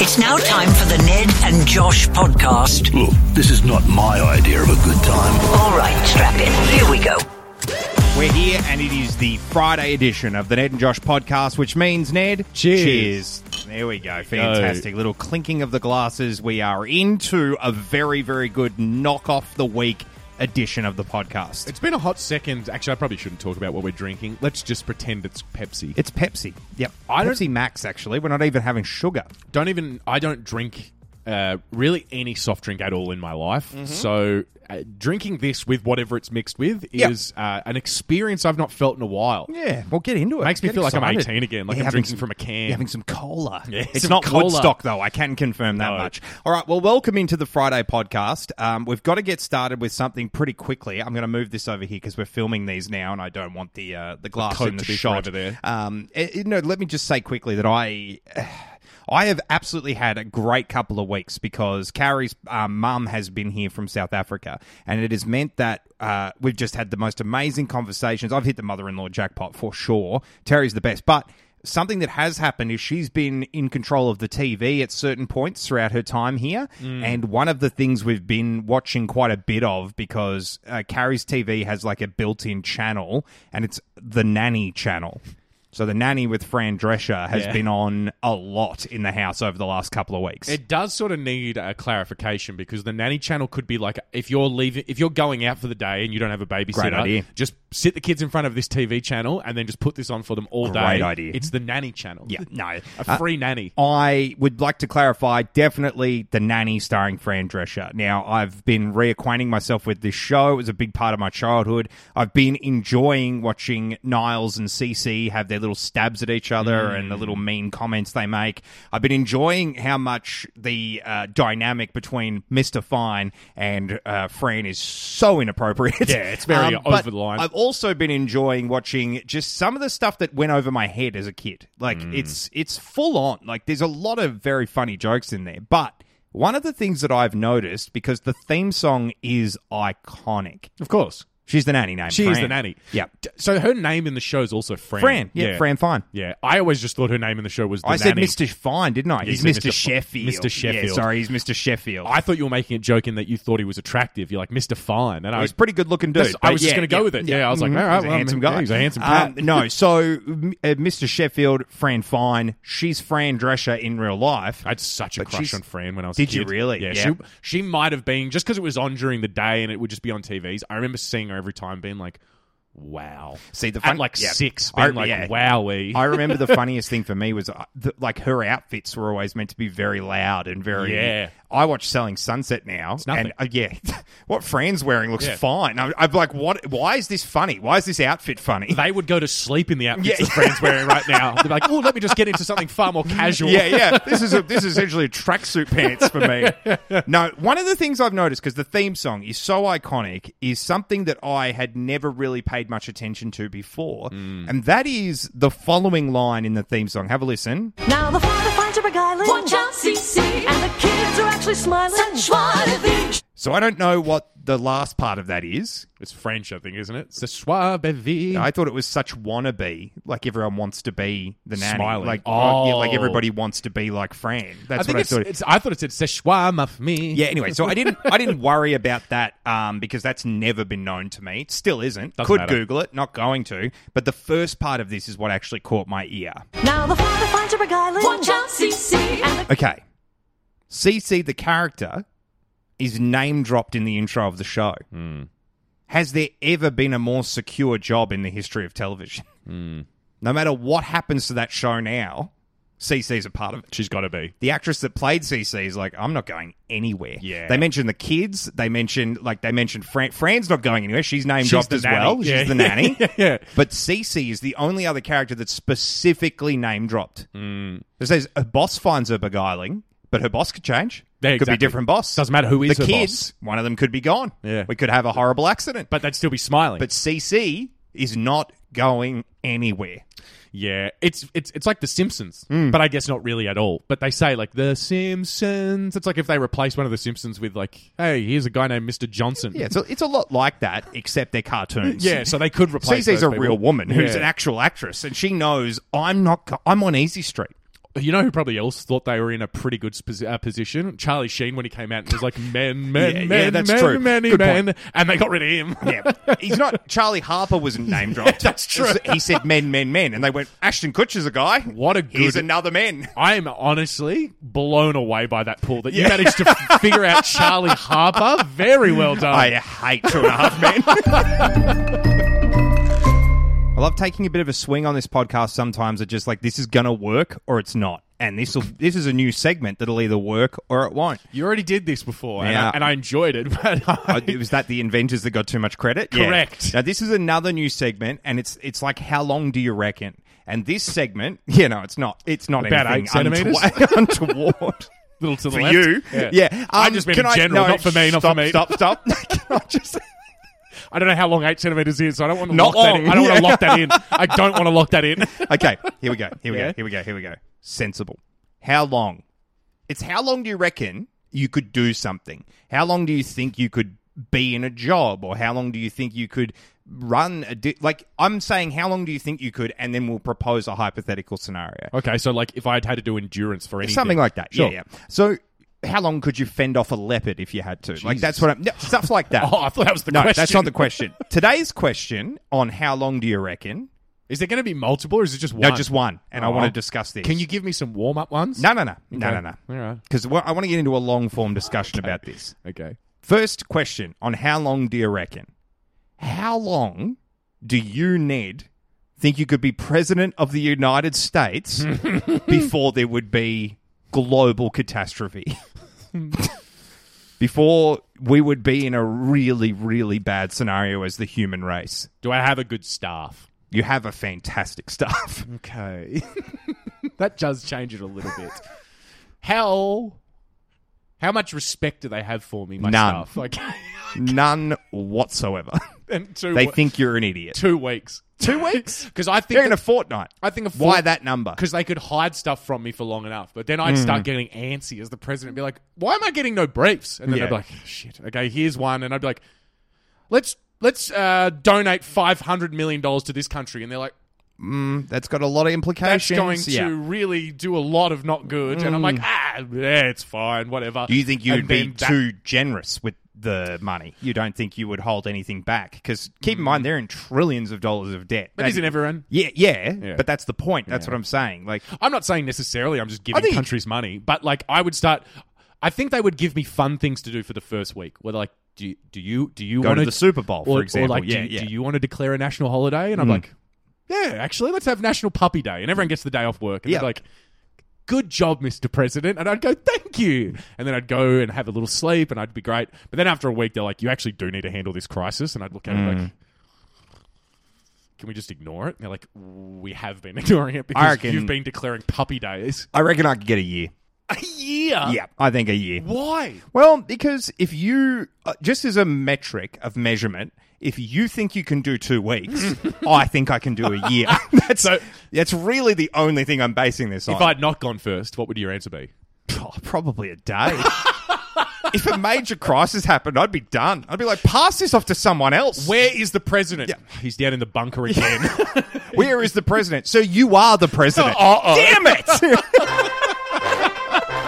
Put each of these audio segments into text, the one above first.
It's now time for the Ned and Josh podcast. Look, this is not my idea of a good time. All right, strap in. Here we go. We're here, and it is the Friday edition of the Ned and Josh podcast, which means Ned, Cheers. cheers. There we go. Fantastic. Little clinking of the glasses. We are into a very, very good knock off the week edition of the podcast. It's been a hot second. Actually, I probably shouldn't talk about what we're drinking. Let's just pretend it's Pepsi. It's Pepsi. Yep. I don't- Pepsi Max, actually. We're not even having sugar. don't even. I don't drink uh, really any soft drink at all in my life. Mm-hmm. So uh, drinking this with whatever it's mixed with Yeah. is uh, an experience I've not felt in a while. Yeah. Well, get into it. Makes me Get feel like I'm excited. 18 again, like I'm having drinking from a can. you're having some cola. Yeah, it's some not cola. Woodstock, though. I can confirm that No. much. All right. Well, welcome into the Friday podcast. Um, we've got to get started with something pretty quickly. I'm going to move this over here because we're filming these now, and I don't want the uh, the glass coat in the to be shot. forever there. Um, it- it- no, let me just say quickly that I. I have absolutely had a great couple of weeks because Carrie's um, mum has been here from South Africa, and it has meant that uh, we've just had the most amazing conversations. I've hit the mother in law jackpot for sure. Terry's the best. But something that has happened is she's been in control of the TV at certain points throughout her time here. And one of the things we've been watching quite a bit of because uh, Carrie's TV has like a built in channel, and it's the nanny channel. So the nanny with Fran Drescher has Yeah. been on a lot in the house over the last couple of weeks. It does sort of need a clarification because the nanny channel could be like if you're leaving, if you're going out for the day and you don't have a Great idea. babysitter, just sit the kids in front of this TV channel and then just put this on for them all Great day. idea. It's the nanny channel. yeah, no. Uh, a free nanny. I would like to clarify definitely the nanny starring Fran Drescher. Now, I've been reacquainting myself with this show. It was a big part of my childhood. I've been enjoying watching Niles and Cece have their little stabs at each other Mm. and the little mean comments they make. I've been enjoying how much the uh, dynamic between Mr. Fine and uh, Fran is so inappropriate. Um, Yeah, it's very but over the line. I I've also been enjoying watching just some of the stuff that went over my head as a kid. Like Hmm. it's it's full on. Like there's a lot of very funny jokes in there. But one of the things that I've noticed because the theme song is iconic. Of course. She's the nanny name. She is Fran. the nanny. Yeah. D- So her name in the show is also Fran. Fran. Yeah, Fran Fine. Yeah. I always just thought her name in the show was the I said nanny. Mr. Fine, didn't I? you he's said Mr. Mr. F- Sheffield. Mr. Sheffield. Yeah, sorry, he's Mr. Sheffield. I thought you were making a joke in that you thought he was attractive. You're like Mr. Fine, and I He's was a pretty good looking dude. That's- I but was just yeah, gonna go yeah, with it. Yeah, I was like, Mhm. all right, he's a well, mm, handsome yeah, guy. he's a handsome cat. Um, no, so m- uh, Mr. Sheffield, Fran Fine, she's Fran Drescher in real life. I had such a But crush she's- on Fran when I was. a Did you kid. really? Yeah. Yeah. She she might have been just because it was on during the day and it would just be on TVs. I remember seeing her every time, being like, "Wow." See, the At fun- like yeah. six, I- being like, yeah. "Wowie." I remember the funniest thing for me was uh, the, like her outfits were always meant to be very loud and very. Yeah. I watch Selling Sunset now, nothing. and uh, yeah, what Fran's wearing looks Yeah. fine. I'm, I'm like, what? Why is this funny? Why is this outfit funny? they would go to sleep in the outfits Yeah. that Fran's wearing right now. They'd be like, "Oh, let me just get into something far more casual." Yeah, yeah. This is a, this is essentially a tracksuit pants for me. No, one of the things I've noticed because the theme song is so iconic is something that I had never really paid much attention to before, Mm. and that is the following line in the theme song. Have a listen. Now the father finds her beguiling. Watch out, CC. And the kids are actually smiling. Such worthy. So I don't know what the last part of that is. It's French, I think, isn't it? C'est suave vie. I thought it was such wannabe, like everyone wants to be the nanny, Smiling. like oh, yeah, like Oh. everybody wants to be like Fran. I That's think what I it's, thought. it's. I thought it said "C'est suave ma famille." Yeah. Anyway, so I didn't I didn't worry about that um, because that's never been known to me. It still isn't. Doesn't Could matter. Google it. Not going to. But the first part of this is what actually caught my ear. Now the father finds her beguiling. Watch out, CC. And the Okay, CC the character is name dropped in the intro of the show. Hmm. Has there ever been a more secure job in the history of television? Hmm. No matter what happens to that show now, CC's a part of it. she's got to be. the actress that played CC is like, I'm not going anywhere. Yeah. They mentioned the kids. They mentioned like they mentioned Fran. Fran's not going anywhere. She's name She's dropped the as nanny. well. Yeah. She's the nanny. Yeah. But CC is the only other character that's specifically name dropped. Hmm. It says her boss finds her beguiling, but her boss could change. Yeah, could exactly. be different boss. Doesn't matter who is the her kids. One of them could be gone. Yeah. We could have a horrible accident. But they'd still be smiling. but CC is not going anywhere. Yeah, it's it's it's like The Simpsons, Hmm. but I guess not really at all. But they say like The Simpsons. It's like if they replace one of The Simpsons with like, hey, here's a guy named Mr. Johnson. Yeah, so it's a lot like that, except they're cartoons. yeah. So they could replace. CC's those a people. real woman who's Yeah. an actual actress, and she knows I'm not. I'm on Easy Street. You know who probably else thought they were in a pretty good spos- uh, position? Charlie Sheen when he came out and was like, men, men, Yeah, yeah, men, that's men, true. many Good men. And they got rid of him. Yeah, he's not. Charlie Harper wasn't name dropped. that's true. He said men, men, men, and they went. Ashton Kutcher's a guy. What a He's good- another man. I'm honestly blown away by that pool that you managed to f- figure out Charlie Harper. Very well done. I hate Two and a Half Men. I love taking a bit of a swing on this podcast. Sometimes it's just like this is gonna work or it's not, and this will this is a new segment that'll either work or it won't. You already did this before, and, Yeah. I, and I enjoyed it. But Uh, I, it was that the inventors that got too much credit. Yeah. Correct. Now this is another new segment, and it's it's like how long do you reckon? And this segment, you know, it's not it's not About anything eight centimetres? untowa- untoward. little to the For left. you, yeah. I Um, just mean can in general, no, not for me, not stop, for me. Stop, stop. Can I just- I don't know how long eight centimeters is. So I don't want to Not lock that. In. long. I don't want to Yeah. lock that in. I don't want to lock that in. okay, here we go. Here we Yeah. go. Here we go. Here we go. Sensible. How long? It's how long do you reckon you could do something? How long do you think you could be in a job, or how long do you think you could run a di- like? I'm saying, how long do you think you could, and then we'll propose a hypothetical scenario, Okay, so like if I had had to do endurance for anything, something like that. Sure. Yeah, yeah. So. How long could you fend off a leopard if you had to? Like that's what I'm no, stuff like that. Oh, I thought that was the no, question. that's not the question. Today's question on how long do you reckon? Is there going to be multiple, or is it just No, one? just one, and I Oh. want to discuss this. Can you give me some warm up ones? No, no, no, no, no, no. All right. Because I want to get into a long form discussion about this. Okay. First question on how long do you reckon? How long do you, Ned, think you could be president of the United States before there would be global catastrophe? before we would be in a really, really bad scenario as the human race. Do I have a good staff? You have a fantastic staff. Okay. that does change it a little bit. How how much respect do they have for me, my None. staff? Like None whatsoever. and two They we- think you're an idiot. two weeks. Two weeks? Because I think They're in a fortnight. I think a Why that number? Hmm. Because they could hide stuff from me for long enough, but then I'd start getting antsy as the president, and be like, "Why am I getting no briefs?" And then Yeah. they'd be like, "Shit, okay, here's one," and I'd be like, "Let's let's uh, donate five hundred million dollars to this country," and they're like, That's got a lot of "That's implications. going to Yeah. Hmm. really do a lot of not good," and I'm like, "Ah, yeah, it's fine, whatever." Do you think you'd And be then that- too generous with the money? You don't think you would hold anything back? Because keep in mind, they're in trillions of dollars of debt. But That- isn't everyone? Yeah, yeah, Yeah. But that's the point. That's what I'm saying. Like, I'm not saying necessarily I'm just giving think- countries money, but like I would start. I think they would give me fun things to do for the first week. Where they're like, do you, do you do you Go to want the Super Bowl, for example. like, Yeah, do, you- yeah. Hmm. do you want to declare a national holiday? And I'm like, yeah, actually, let's have National Puppy Day, and everyone gets the day off work. And Yeah. they're like, good job, Mr. President. And I'd go, thank you. And then I'd go and have a little sleep, and I'd be great. But then after a week, they're like, you actually do need to handle this crisis. And I'd look at it Hmm. like. Can we just ignore it? And they're like, we have been ignoring it because reckon- you've been declaring puppy days. I reckon I could get a year. A year? yeah, uh, I think a year. Why? Well, because if you, uh, just as a metric of measurement, if you think you can do two weeks, I think I can do a year. that's So- that's really the only thing I'm basing this on. If I'd not gone first, what would your answer be? Oh, probably a day. if a major crisis happened, I'd be done. I'd be like, pass this off to someone else. Where is the president? He's down in the bunker again. Uh-uh. where is the president? So you are the president. Oh. Uh-oh. Damn it!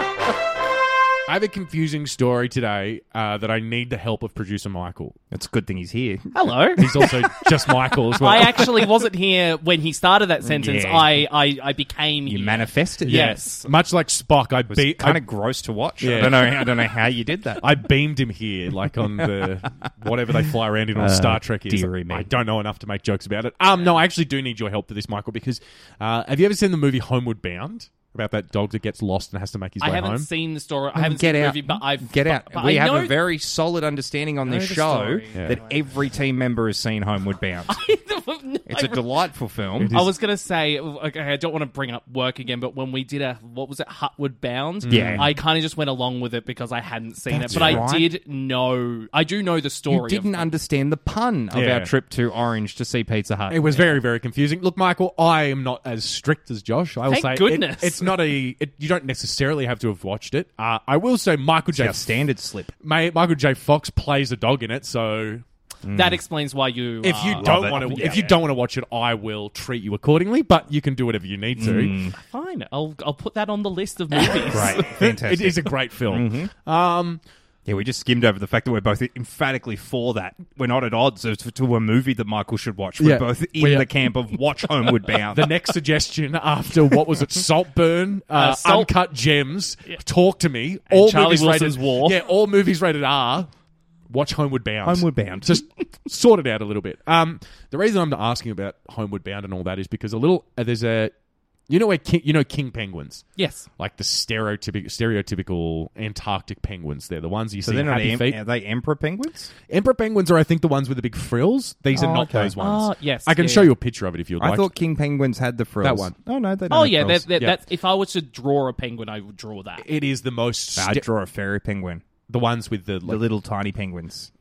I have a confusing story today uh, that I need the help of producer Michael. it's a good thing he's here. Hello. He's also just Michael as well. I actually wasn't here when he started that sentence. Yeah. I, I, I became You here. manifested. Yes. Much like Spock, I, be- Kind I, of gross to watch. I Yeah. don't know. I don't know how you did that. I beamed him here, like on the whatever they fly around in on Star Trek. Is. dearie me. I don't know enough to make jokes about it. Um, no, I actually do need your help for this, Michael, because uh, have you ever seen the movie Homeward Bound? About that dog that gets lost and has to make his I way haven't home. seen the story. I haven't seen the movie, but I've get but- out. But we I have know a very solid understanding on this the show story. that every team member has seen Homeward Bound. It's a delightful film. I was gonna say, okay, I don't want to bring up work again, but when we did a what was it, Hutwood Bound? Mm. Yeah. I kind of just went along with it because I hadn't seen That's it, but right. I did know, I do know the You story. didn't of, understand the pun of Yeah. our trip to Orange to see Pizza Hut. It was very, very confusing. Look, Michael, I am not as strict as Josh. I will Thank say it- goodness. it's not a. It, you don't necessarily have to have watched it. Uh, I will say Michael J. our standard slip. Ma- Michael J. Fox plays a dog in it, so That explains why you. If you are- don't Uh, it. want to, Yeah, if you yeah. don't want to watch it, I will treat you accordingly. But you can do whatever you need to. Mm, fine, I'll I'll put that on the list of movies. Right, It fantastic. Mm-hmm. is a great film. Um, yeah, we just skimmed over the fact that we're both emphatically for that. We're not at odds as to a movie that Michael should watch. We're Yeah. both in We are- the camp of watch Homeward Bound. the next suggestion after what was it, Saltburn, uh, Uh, Salt- Uncut Gems, Talk to Me, all Charlie movies Wilson's rated, War. Yeah, all movies rated R. Watch Homeward Bound. Homeward Bound. Just sort it out a little bit. Um, the reason I'm asking about Homeward Bound and all that is because a little uh, there's a you know where King, you know King penguins. Yes. Like the stereotypical, stereotypical Antarctic penguins, they're the ones you so see they're in not Happy em- Feet. are they emperor penguins? Emperor penguins are, I think, the ones with the big frills. These Oh, are not okay. those ones. Oh, yes, I can yeah, show yeah. you a picture of it if you'd like. I thought king penguins had the frills. That one. Oh no, they don't. Oh have yeah, frills. that, that, Yeah. that's if I was to draw a penguin, I would draw that. it is the most I ste- draw a fairy penguin. the ones with the, The like, little tiny penguins.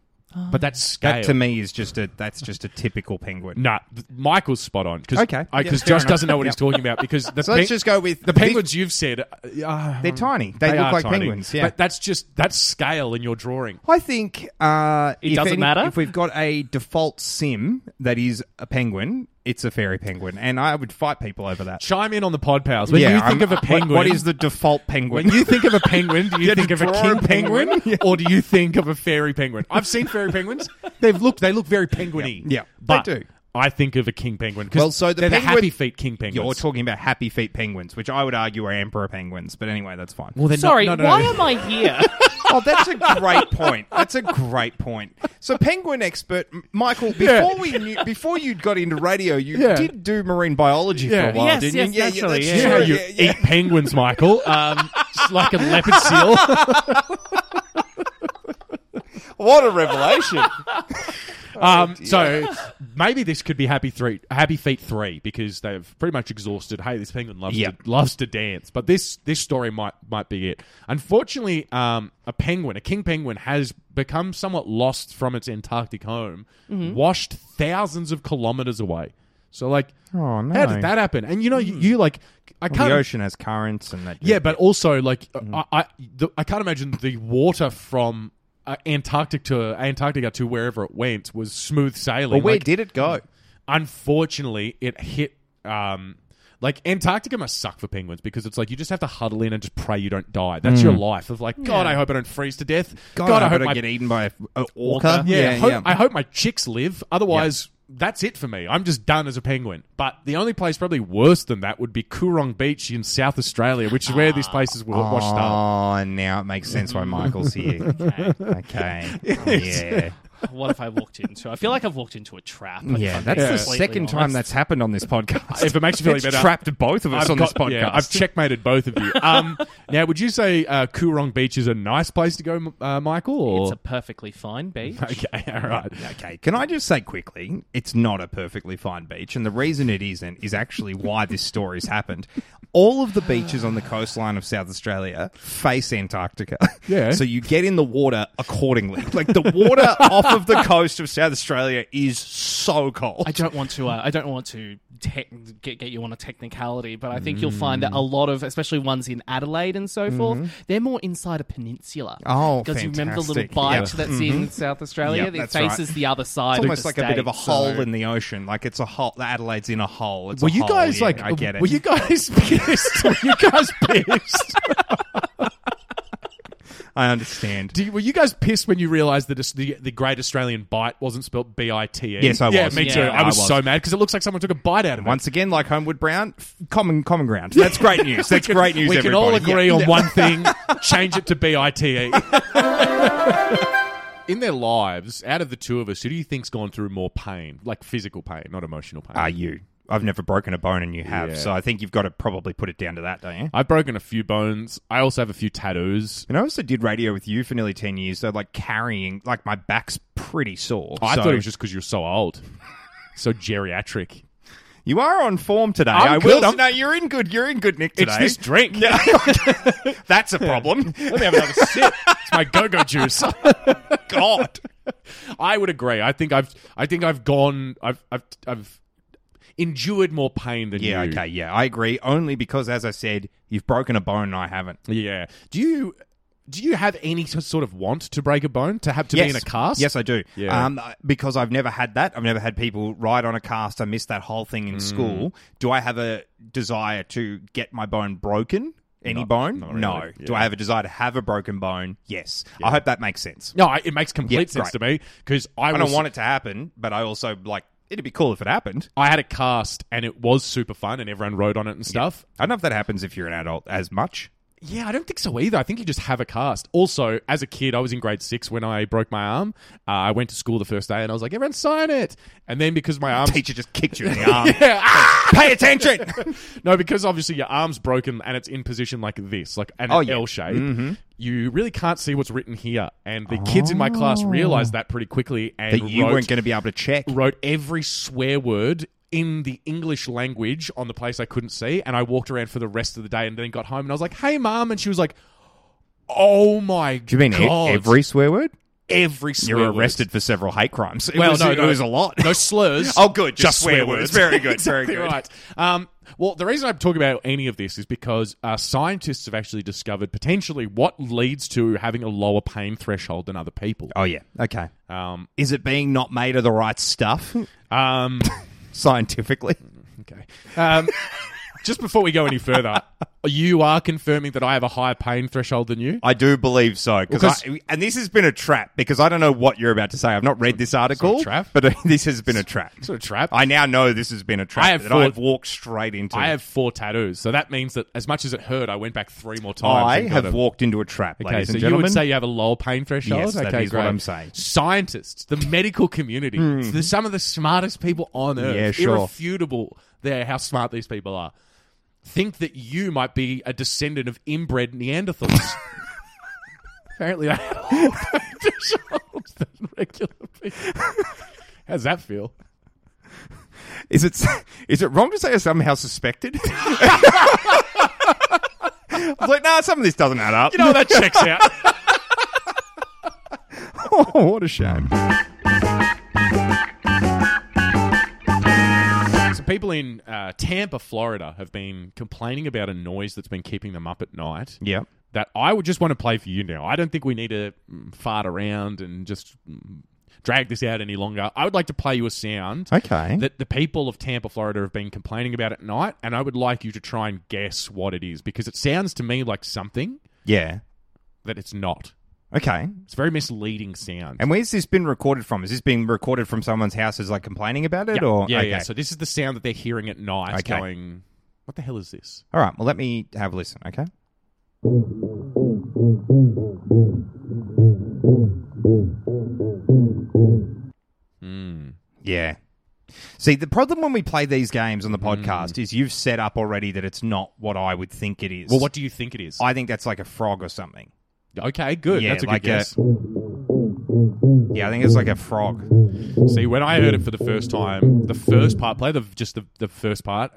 but that's scale. That to me is just a that's just a typical penguin. Nah, th- Michael's spot on. Cause, Okay. Yeah, because fair Josh enough. doesn't know what he's talking about. Because the So let's just go with the big- penguins you've said. uh, Uh, They're tiny. They, are look like tiny. penguins. Yeah. but that's just that's scale in your drawing. I think uh, It if doesn't matter? If we've got a default sim that is a penguin, it's a fairy penguin, and I would fight people over that. Chime in on the pod pals. When yeah, you think I'm- of a what- penguin, what is the default penguin? When you think of a penguin, do you, think of a draw a king penguin, penguin? Yeah. or do you think of a fairy penguin? I've seen fairy penguins. They've looked. They look very penguiny. Yeah. Yeah. but They do. I think of a king penguin. 'cause Well, so the they're penguin- happy feet king penguins. You're talking about happy feet penguins, which I would argue are emperor penguins, but anyway, that's fine. well, they're not- Sorry, no, no, no. why am I here? oh, that's a great point. That's a great point. So, penguin expert M- Michael, before Yeah. we knew, before you got into radio, you Yeah. did do marine biology for Yeah. a while, Yes, didn't yes, you? Yeah, naturally, yeah, Yeah, that's true. you yeah, yeah. eat penguins, Michael. Um, it's like a leopard seal. What a revelation! Um, so maybe this could be Happy Three, Happy Feet Three, because they've pretty much exhausted. Hey, this penguin loves Yep. to, loves to dance, but this this story might might be it. Unfortunately, um, a penguin, a king penguin, has become somewhat lost from its Antarctic home, washed thousands of kilometers away. So, like, Oh, no. how did that happen? And you know, you, you like, I can't. the ocean has currents and that. Yeah, Mm-hmm. but also like uh, I I, the, I can't imagine the water from uh, Antarctic to uh, Antarctica to wherever it went was smooth sailing. But where Like, did it go? Unfortunately, it hit. Um, like Antarctica must suck for penguins because it's like you just have to huddle in and just pray you don't die. That's your life of like God, I hope I don't freeze to death. Mm. God, I hope I my get eaten by a, a orca. yeah, hope, I hope my chicks live. Otherwise, that's it for me. I'm just done as a penguin. But the only place probably worse than that would be Coorong Beach in South Australia, which is where these places were washed up. Oh, now it makes sense why Michael's here. okay. Oh, Yeah. what if I walked into? I feel like I've walked into a trap. I Yeah. can't That's be the completely second time honest. that's happened on this podcast. If it makes you feel any It's better, trapped both of us on this podcast. yeah, I've checkmated both of you. Um, now, would you say uh, Coorong Beach is a nice place to go, uh, Michael? Or? It's a perfectly fine beach. okay, all right. Okay, can I just say quickly, it's not a perfectly fine beach, and the reason it isn't is actually why this story's happened. All of the beaches on the coastline of South Australia face Antarctica. Yeah. so you get in the water accordingly. Like the water off of the coast of South Australia is so cold. I don't want to. Uh, I don't want to te- get, get you on a technicality, but I think you'll find that a lot of, especially ones in Adelaide and so forth, they're more inside a peninsula. Oh, because you remember the little fantastic. bite Yeah. that's in South Australia. Yep, it that's faces right. the other It's side. of almost the like a bit of a state, so- hole in the ocean. Like it's a hole. Adelaide's in a hole. It's Were a you hole, guys yeah, like? I get it. Were you guys pissed? were you guys pissed? I understand. Do you, were you guys pissed when you realised that it's the the Great Australian Bite wasn't spelt B I T E? Yes, I Yeah, was. me Yeah, too. I, I was was. so mad because it looks like someone took a bite out of Once again, like Homewood Brown, f- common common ground. That's great news. it. That's great news. We can all everybody. agree Yeah. on one thing: change it to B I T E. In their lives, out of the two of us, who do you think's gone through more pain, like physical pain, not emotional pain? Are you? I've never broken a bone, and you have. Yeah. So I think you've got to probably put it down to that, don't you? I've broken a few bones. I also have a few tattoos. And I also did radio with you for nearly ten years, so like carrying, like my back's pretty sore. I So- thought it was just because you're so old, so geriatric. you are on form today. I'm I good, will. I'm- No, you're in good. You're in good nick today. It's this drink. That's a problem. Let me have another sip. It's my go-go juice. God. I would agree. I think I've I think I've gone I've I've I've endured more pain than Yeah. you. Okay. Yeah, I agree. Only because, as I said, you've broken a bone, and I haven't. Yeah. Do you do you have any t- sort of want to break a bone to have to be in a cast? Yes, I do. Yeah. Um, because I've never had that. I've never had people ride on a cast. I missed that whole thing Mm. in school. Do I have a desire to get my bone broken? Any bone? No. really, Do yeah. I have a desire to have a broken bone? Yes. I hope that makes sense. No, I, it makes complete Yeah, sense to me because I, I was, don't want it to happen, but I also like it'd be cool if it happened. I had a cast and it was super fun and everyone rode on it and stuff. I don't know if that happens if you're an adult as much. Yeah, I don't think so either. I think you just have a cast. Also, as a kid, I was in grade six when I broke my arm. Uh, I went to school the first day and I was like, everyone sign it. And then because my arm. Teacher just kicked you in the arm. Yeah, ah! Pay attention. no, because obviously your arm's broken and it's in position like this, like an Oh, yeah. L shape. You really can't see what's written here. And the kids in my class realized that pretty quickly and Oh. that you wrote, weren't going to be able to check. wrote every swear word in the English language on the place I couldn't see. And I walked around for the rest of the day and then got home and I was like, hey, mom. And she was like, oh my Do you mean e- God. every swear word? every swear You were word. arrested for several hate crimes. It Well, was, no, it no. was a lot. No slurs. Oh, good. Just swear words. Very good, Exactly very good. Right. Um, well, the reason I'm talking about any of this is because uh, scientists have actually discovered potentially what leads to having a lower pain threshold than other people. Oh yeah. Okay. Um, Is it being not made of the right stuff um, scientifically? okay. Um, just before we go any further, you are confirming that I have a higher pain threshold than you. I do believe so. Because 'cause- and this has been a trap because I don't know what you're about to say. I've not read this article, trap? but this has been a trap. Sort of trap. I now know this has been a trap I have that thought- I've walked straight into. I have four tattoos, so that means that as much as it hurt, I went back three more times. I and got have them. walked into a trap, Okay, ladies so and you gentlemen. would say you have a lower pain threshold? Yes, okay, that is what great. I'm saying. Hmm. Scientists, the medical community, the- some of the smartest people on earth, Yeah, sure. irrefutable there how smart these people are, think that you might be a descendant of inbred Neanderthals. Apparently, I have a lower pain threshold than regular people. How's that feel? is it is it wrong to say I somehow suspected? I was like, nah, some of this doesn't add up. You know, that checks out. oh, what a shame. So people in uh, Tampa, Florida, have been complaining about a noise that's been keeping them up at night. Yeah. that I would just want to play for you now. I don't think we need to mm, fart around and just mm, drag this out any longer. I would like to play you a sound Okay. that the people of Tampa, Florida have been complaining about at night, and I would like you to try and guess what it is because it sounds to me like something yeah. that it's not. Okay. It's a very misleading sound. And where's this been recorded from? Is this being recorded from someone's house as like complaining about it yeah, or yeah, okay. yeah. So this is the sound that they're hearing at night Okay. going, what the hell is this? All right, well let me have a listen, okay? Hmm. Yeah. See, the problem when we play these games Hmm. on the podcast is you've set up already that it's not what I would think it is. Well, what do you think it is? I think that's like a frog or something. okay, good. Yeah, That's a like a- good guess. Yeah, I think it's like a frog. See, when I heard it for the first time, the first part, play the just the, the first part.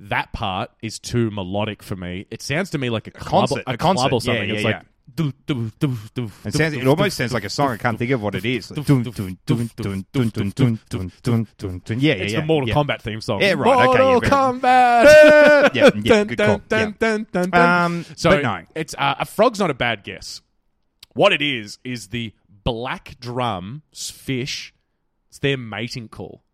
That part is too melodic for me. It sounds to me like a, club, concert, a, a club or concert. Yeah, something. yeah, it's yeah. like. doo, doo, doo, doo, It doo, sounds. doo, It doo, almost doo, sounds like a doo, song. I doo, can't think of what it is. Like, dun, dun, dun, dun, dun, dun, dun, dun, dun, dun, dun. Yeah, yeah, It's yeah, the Mortal yeah. Kombat theme song. Yeah, right, okay, Mortal yeah, fair enough. Kombat. Yeah, yeah, good call, yeah. dun, dun, dun. Um, so but no. it's uh, a frog's not a bad guess. What it is is the black drum fish. It's their mating call.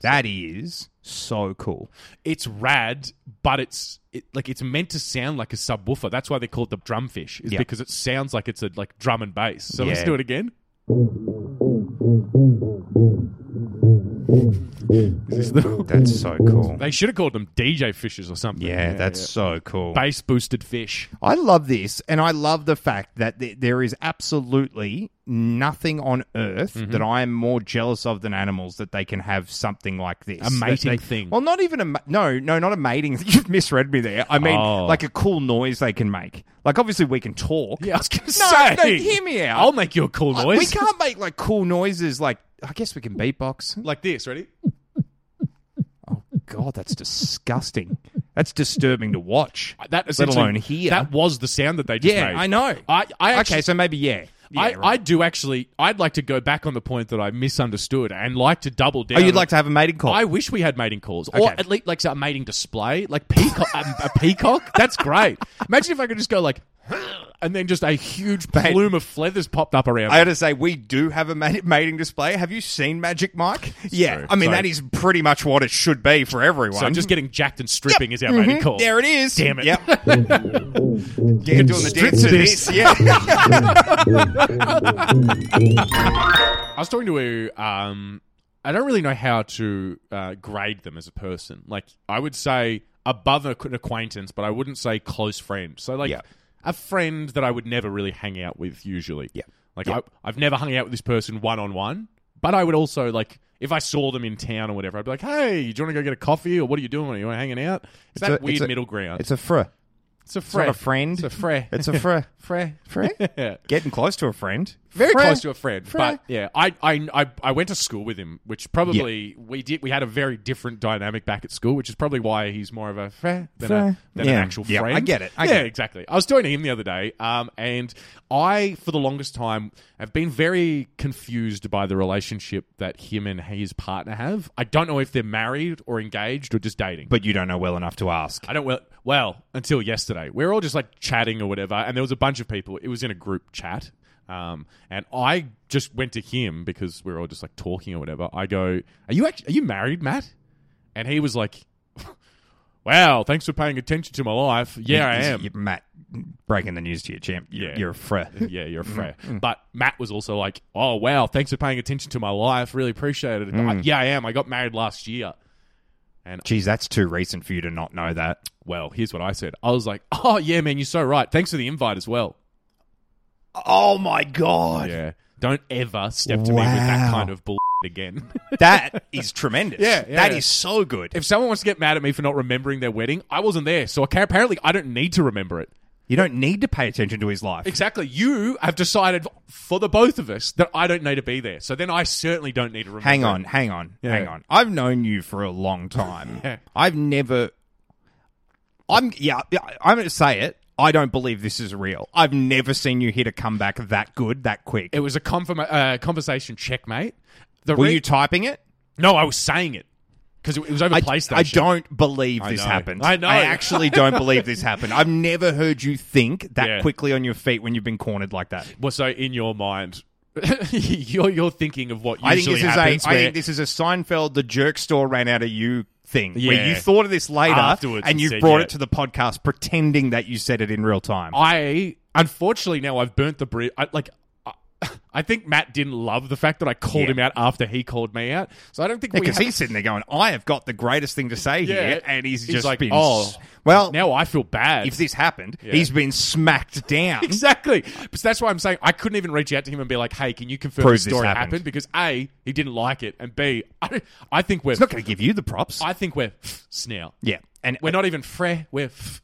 That is so cool. It's rad, but it's it, like it's meant to sound like a subwoofer. That's why they call it the drumfish. Is Yeah. because it sounds like it's a like drum and bass. So let's Yeah. do it again. That's so cool. They should have called them DJ fishes or something. Yeah, that's so cool. bass boosted fish. I love this, and I love the fact that th- there is absolutely nothing on earth Mm-hmm. that I am more jealous of than animals that they can have something like this, A That mating they- thing. Well, not even a ma- no, no, not a mating. You've misread me there. I mean, Oh. like a cool noise they can make. Like obviously we can talk. Yeah, I was gonna No, say. no, hear me out. I'll make you a cool Like, noise. We can't make like cool noises. Like I guess we can beatbox. like this. Ready? God, that's disgusting. That's disturbing to watch. That let essentially- alone hear. That was the sound that they just yeah, made. I know. I, I actually, okay, so maybe yeah. I, right. I do actually. I'd like to go back on the point that I misunderstood and like to double down. Oh, you'd on- like to have a mating call? I wish we had mating calls, Okay. or at least like a mating display, like peacock, a, a peacock. That's great. Imagine if I could just go like, and then just a huge Mate. plume of feathers popped up around. I me. gotta say, we do have a ma- mating display. Have you seen Magic Mike? yeah, true. I mean So- that is pretty much what it should be for everyone. Mm-hmm. So just getting jacked and stripping is our mating call. there it is. Damn it. Yep. yeah, doing the Strip dance to this. this. Yeah. I was talking to a. Um, I don't really know how to uh, grade them as a person. Like I would say above a- an acquaintance, but I wouldn't say close friend. So like Yeah. a friend that I would never really hang out with usually. Yeah. Like Yeah. I, I've never hung out with this person one on one, but I would also like if I saw them in town or whatever, I'd be like, "Hey, do you want to go get a coffee or what are you doing? Are you hanging out?" It's, that a- weird a- middle ground. It's a fr. It's it's a not friend. a friend. It's a friend. It's a fr. friend. fr. Getting close to a friend. very Fr. close to a friend. Fre- But yeah, I, I I I went to school with him, which probably we did. We had a very different dynamic back at school, which is probably why he's more of a friend than, a, Fre- than Yeah. an actual Yeah, friend. I get it. I yeah, get it. exactly. I was talking to him the other day, um, and I for the longest time have been very confused by the relationship that him and his partner have. I don't know if they're married or engaged or just dating. But you don't know well enough to ask. I don't well, well until yesterday. We were all just like chatting or whatever, and there was a bunch of people. It was in a group chat, um, and I just went to him because we were all just like talking or whatever. I go, "Are you actually, are you married, Matt?" And he was like, "Wow, thanks for paying attention to my life. Yeah, I Is- am. you- Matt, breaking the news to you, champ. You're, Yeah. you're a fr. yeah, you're a friend. But Matt was also like, "Oh wow, thanks for paying attention to my life. Really appreciate it. I- yeah, I am. I got married last year." Geez, that's too recent for you to not know that. Well, here's what I said. I was like, "Oh yeah, man, you're so right. Thanks for the invite as well." Oh my god, Yeah. Don't ever step to me with that Wow. kind of bull again. that is tremendous. Yeah, yeah, that yeah. is so good. if someone wants to get mad at me for not remembering their wedding, I wasn't there, so I can apparently I don't need to remember it. you don't need to pay attention to his life. Exactly. You have decided for the both of us that I don't need to be there, so then I certainly don't need to remember. Hang it. on, hang on, Yeah. hang on. I've known you for a long time. Yeah. I've never. I'm yeah. yeah, I'm going to say it. I don't believe this is real. I've never seen you hit a comeback that good that quick. It was a confirm- uh, conversation checkmate. The Were re- you typing it? no, I was saying it because it, it was over I, PlayStation. I don't believe this know. happened. I know. I actually don't believe this happened. I've never heard you think that Yeah. quickly on your feet when you've been cornered like that. Well, so in your mind, you're you're thinking of what I think usually this is happens. a. I where- think this is a Seinfeld. The jerk store ran out of you thing Yeah. where you thought of this later Afterwards and and said, you brought yeah. it to the podcast pretending that you said it in real time. I unfortunately now I've burnt the bridge. I, like, I, I think Matt didn't love the fact that I called Yeah. him out after he called me out. So I don't think we Because have- he's sitting there going, I have got the greatest thing to say Yeah. here. And he's, He's just like, been. "Oh, s- well, now now I feel bad. if this happened, he's been smacked down. exactly, but that's why I'm saying I couldn't even reach out to him and be like, "Hey, can you confirm Prove this this story happened? happened." Because a he didn't like it, and b I, I think we're He's not going to give you the props. I think we're f's now. yeah. And We're not even fre. We're f.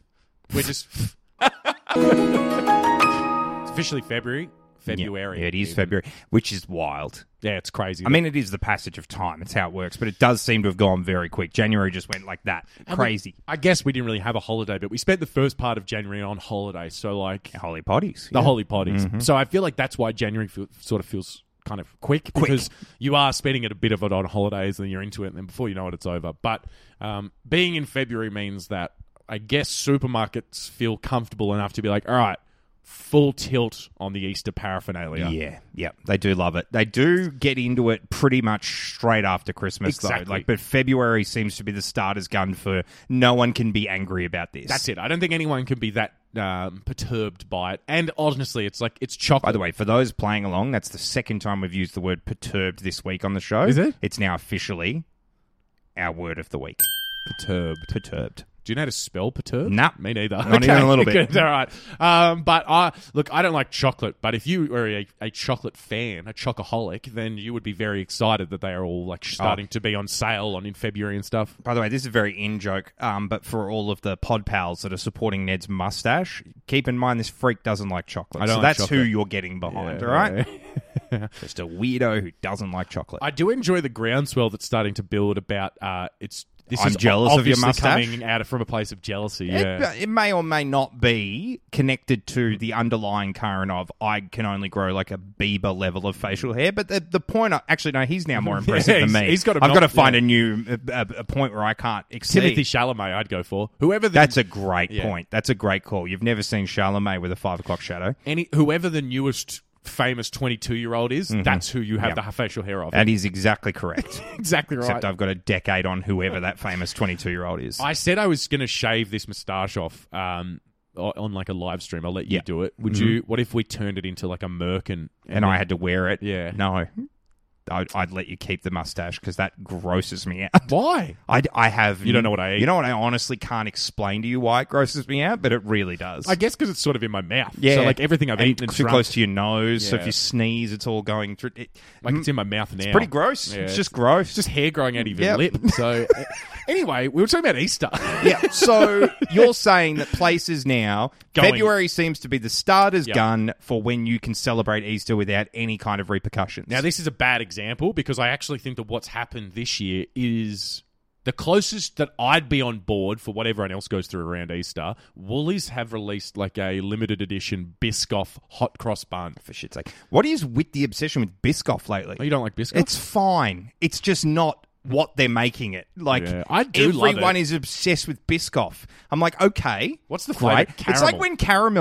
We're just. F. it's officially February. Yeah. February. Yeah, it is February, which is wild. Yeah, it's crazy. I mean, it is the passage of time. It's how it works. But it does seem to have gone very quick. January just went like that. Crazy. I guess we didn't really have a holiday, but we spent the first part of January on holiday. So like Holy potties. the yeah. holy potties. So I feel like that's why January feel, sort of feels kind of quick, because you are spending it a bit of it on holidays, and then you're into it, and then before you know it, it's over. But um, being in February means that I guess supermarkets feel comfortable enough to be like, all right, full tilt on the Easter paraphernalia. Yeah, yeah, they do love it. They do get into it pretty much straight after Christmas, Exactly. though. Like, but February seems to be the starter's gun for no one can be angry about this. That's it. I don't think anyone can be that um, perturbed by it. And honestly, it's like it's chocolate. By the way, for those playing along, that's the second time we've used the word perturbed this week on the show. Is it? It's now officially our word of the week. perturbed. Perturbed. Do you know how to spell perturb? Nah. me neither. Not even a little bit. good, all right. Um, but I look, I don't like chocolate. But if you were a, a chocolate fan, a chocoholic, then you would be very excited that they are all Oh. like starting to be on sale on in February and stuff. By the way, this is a very in joke, um, but for all of the pod pals that are supporting Ned's mustache, keep in mind this freak doesn't like chocolate. I don't so like that's who chocolate. you're getting behind, all right? Just a weirdo who doesn't like chocolate. I do enjoy the groundswell that's starting to build about uh, it's This I'm is jealous of your obviously mustache. coming out from a place of jealousy. It- Yeah. It, may or may not be connected to the underlying current of I can only grow like a Bieber level of facial hair. But the, the point, I, actually, no, he's now more impressive Yeah, than he's- me. he's got a I've got to knob- find yeah. a new a, a point where I can't exceed. Timothy Chalamet, I'd go for whoever. The, That's a great Yeah. point. That's a great call. You've never seen Charlemagne with a five o'clock shadow, any whoever the newest famous twenty-two-year-old is. That's who you have Mm-hmm. Yeah. the facial hair of. and he's exactly correct. exactly right. Except I've got a decade on whoever that famous twenty-two-year-old is. I said I was going to shave this moustache off um, o- on like a live stream. I'll let you Yeah. Mm-hmm. do it. Would you? What if we turned it into like a merkin? And, and I had to wear it. Yeah. No. I'd, I'd let you keep the mustache because that grosses me out. why? I, I have. You don't know what I eat. You know what? I honestly can't explain to you why it grosses me out, but it really does. I guess because it's sort of in my mouth. Yeah. So like everything I've And eaten, it's and too drunk, close to your nose. So Yeah. if you sneeze, it's all going through. It, Like Mm, it's in my mouth now. it's pretty gross. Yeah, it's just gross. Just hair growing out of your Yep. lip. So uh, anyway, we were talking about Easter. yeah. So you're saying that places now Going. February seems to be the starter's Yeah. gun for when you can celebrate Easter without any kind of repercussions. Now, this is a bad example because I actually think that what's happened this year is the closest that I'd be on board for what everyone else goes through around Easter. Woolies have released like a limited edition Biscoff hot cross bun. for shit's sake, what is with the obsession with Biscoff lately? Oh, you don't like Biscoff? It's fine. It's just not what they're making it. Like Yeah, I do love everyone it. is obsessed with Biscoff. I'm like, okay, What's the flavour? right? It's like Caramel. when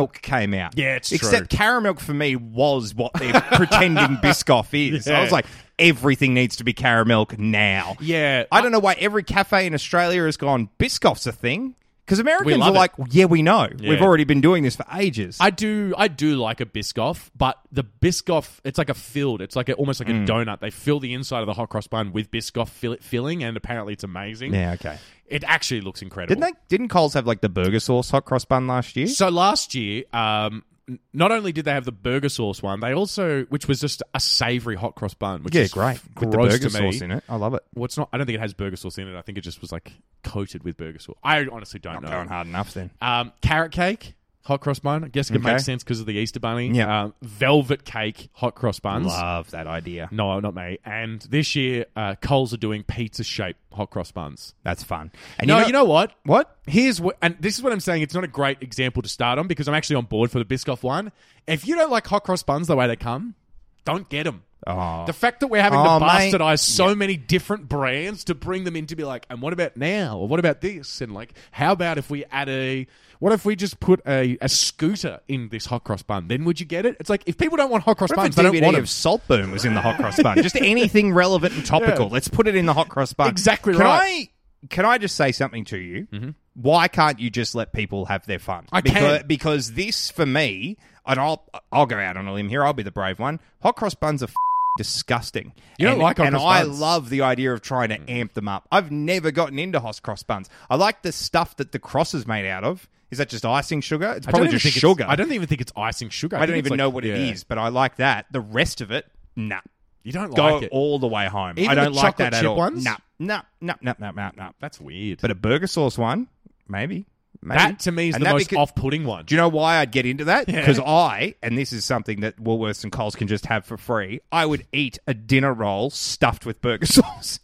Caramilk came out. Yeah, it's true. except Caramilk for me was what they're pretending Biscoff is. Yeah. I was like, everything needs to be Caramilk now. Yeah. I don't know why every cafe in Australia has gone Biscoff's a thing because Americans love are it. like, yeah, we know. We've Yeah. already been doing this for ages. I do, I do like a Biscoff, but the Biscoff, it's like a filled, it's like a, almost like Mm. a donut. They fill the inside of the hot cross bun with Biscoff fill- filling, and apparently it's amazing. yeah, okay. It actually looks incredible. Didn't they? Didn't Coles have like the burger sauce hot cross bun last year? So last year, um, n- not only did they have the burger sauce one, they also, which was just a savory hot cross bun, which Yeah, is great. f- With the gross burger to me. sauce in it. I love it. Well, it's not. I don't think it has burger sauce in it. I think it just was like coated with burger sauce. I honestly don't know. Going hard enough then. Um, carrot cake, hot cross bun. I guess it Okay. makes sense because of the Easter bunny. Yeah. Um, velvet cake, hot cross buns. Love that idea. No, not me. And this year, uh, Coles are doing pizza shaped hot cross buns. That's fun. And no, you know what? what? Here's what, and this is what I'm saying. It's not a great example to start on because I'm actually on board for the Biscoff one. If you don't like hot cross buns the way they come, don't get them. The fact that we're having Oh, to mate. bastardize so many different brands to bring them in to be like, and what about now? Or what about this? And like, how about if we add a, what if we just put a, a scooter in this hot cross bun? Then would you get it? It's like, if people don't want hot cross What buns, if they a don't DVD want of them. Saltburn was in the hot cross bun? Just anything relevant and topical. Yeah. Let's put it in the hot cross bun. Exactly can right. Mm-hmm. I, can I just say something to you? Why can't you just let people have their fun? I because, can. Because this, for me, and I'll, I'll go out on a limb here. I'll be the brave one. Hot cross buns are f- disgusting. You don't and, like hot And cross I buns. Mm. love the idea of trying to amp them up. I've never gotten into hot cross buns. I like the stuff that the cross is made out of. Is that just icing sugar? It's I don't probably even just think it's- sugar. I don't even think it's icing sugar. I, think don't it's even like- know what yeah. it is, but I like that. The rest of it, nah. You don't Go like it. all the way home. Even I don't the like chocolate that at chip all. ones? Nah, nah, nah, nah, nah, nah, nah. That's weird. But a burger sauce one, maybe. maybe. That to me is And the that most beca- off-putting one. Do you know why I'd get into that? Because I, and this is something that Woolworths and Coles can just have for free, I would eat a dinner roll stuffed with burger sauce.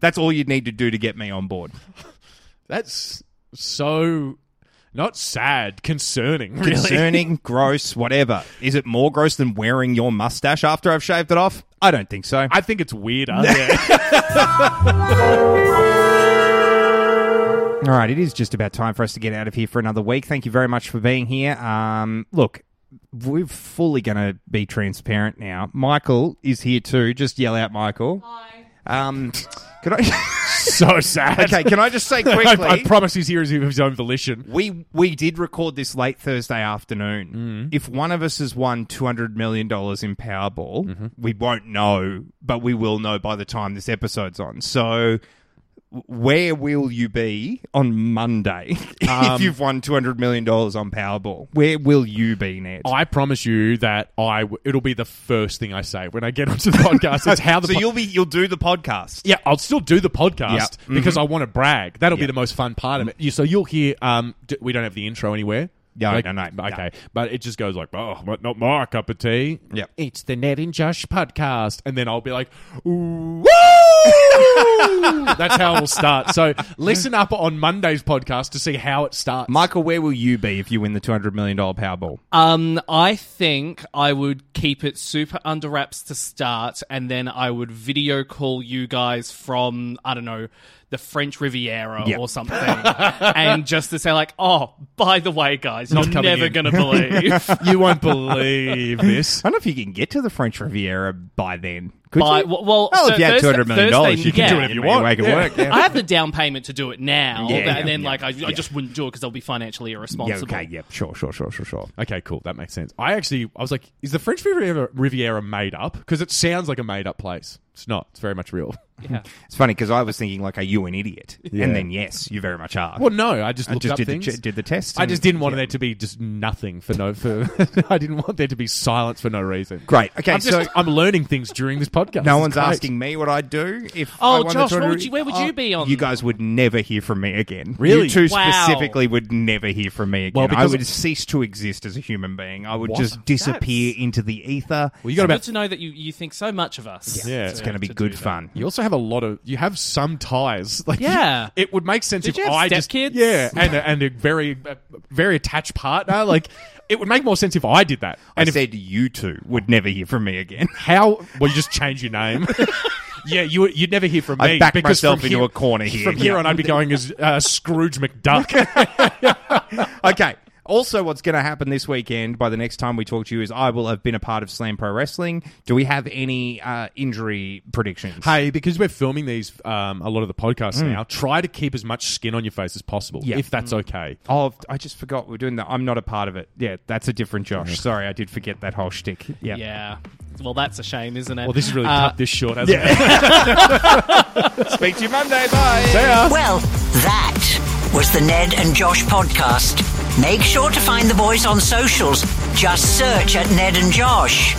That's all you'd need to do to get me on board. That's so not sad, concerning. Really. Concerning, gross, whatever. Is it more gross than wearing your mustache after I've shaved it off? I don't think so. I think it's weirder. yeah. All right, it is just about time for us to get out of here for another week. Thank you very much for being here. Um, look, we're fully going to be transparent now. Michael is here too. Just yell out, Michael. Hi. Um, can I? so sad. okay, can I just say quickly? I, I promise he's here of his own volition. we we did record this late Thursday afternoon. If one of us has won two hundred million dollars in Powerball, we won't know, but we will know by the time this episode's on. So. w- Where will you be on Monday if you've won two hundred million dollars on Powerball? Where will you be, Ned? I promise you that I w- it'll be the first thing I say when I get onto the podcast. It's how the so po- you'll be you'll do the podcast. yeah, I'll still do the podcast Yeah. because I want to brag. That'll Yeah. be the most fun part of it. You, so you'll hear. Um, d- we don't have the intro anywhere. No, Like- no, no, no. Okay, but it just goes like, oh, but not my cup of tea. Yep. it's the Ned and Josh podcast, and then I'll be like, woo! That's how we'll start. So listen up on Monday's podcast to see how it starts. Michael, where will you be if you win the $200 million Powerball? Um, I think I would keep it super under wraps to start, and then I would video call you guys from I don't know the French Riviera Yeah. or something, and just to say like, oh, by the way, guys, Not you're coming never in." gonna believe. you won't believe this. I don't know if you can get to the French Riviera by then. Could By, you? well, well, well, so if you had Thursday- $200 million, Thursday- you can do yeah. whatever you want. Make it work. yeah. I have the down payment to do it now, Yeah, but- yeah, and then yeah, like I, yeah. I just wouldn't do it because I'll be financially Yeah, irresponsible. okay, yeah, sure, sure, sure, sure, sure. Okay, cool. That makes sense. I actually, I was like, is the French Riviera, Riviera made up? Because it sounds like a made up place. It's not. It's very much real. Yeah. It's funny because I was thinking, like, are you an idiot? Yeah. And then, yes, you very much are. Well, no, I just I looked just up did the, things. ch- did the test. I and- just didn't want yeah. there to be just nothing for no. For I didn't want there to be silence for no reason. Great. Okay, I'm just- so- I'm learning things during this podcast. No It's one's great. asking me what I'd do if. Oh, I won the Josh, what lottery. would you- where would you be on- You guys would never hear from me again. Really? You two Wow. specifically would never hear from me again. Well, I because- would cease to exist as a human being. I would What? just disappear into the ether. Well, you got Good about. to know that you, you think so much of us. Yeah. it's going to be do good that. fun. You also have a lot of. You have some ties. Like, Yeah. it would make sense Did if you have I just stepkids? yeah, and a, and a very a very attached partner. Like, it would make more sense if I did that. I And if, said you two would never hear from me again. how? Well, you just change your name. yeah, you you'd never hear from I me. backed because myself from into here- a corner here. From here Yeah. on, I'd be going as uh, Scrooge McDuck. okay. Also, what's going to happen this weekend by the next time we talk to you is I will have been a part of Slam Pro Wrestling. Do we have any uh, injury predictions? Hey, because we're filming these, um, a lot of the podcasts now, try to keep as much skin on your face as possible, Yeah. if that's okay. Oh, I just forgot we're doing that. I'm not a part of it. Yeah, that's a different Josh. Sorry, I did forget that whole shtick. Yeah. Yeah. Well, that's a shame, isn't it? Well, Oh, this has really Uh, cut this short, hasn't it? Speak to you Monday. Bye. Well, that was the Ned and Josh podcast. Make sure to find the boys on socials. Just search at Ned and Josh.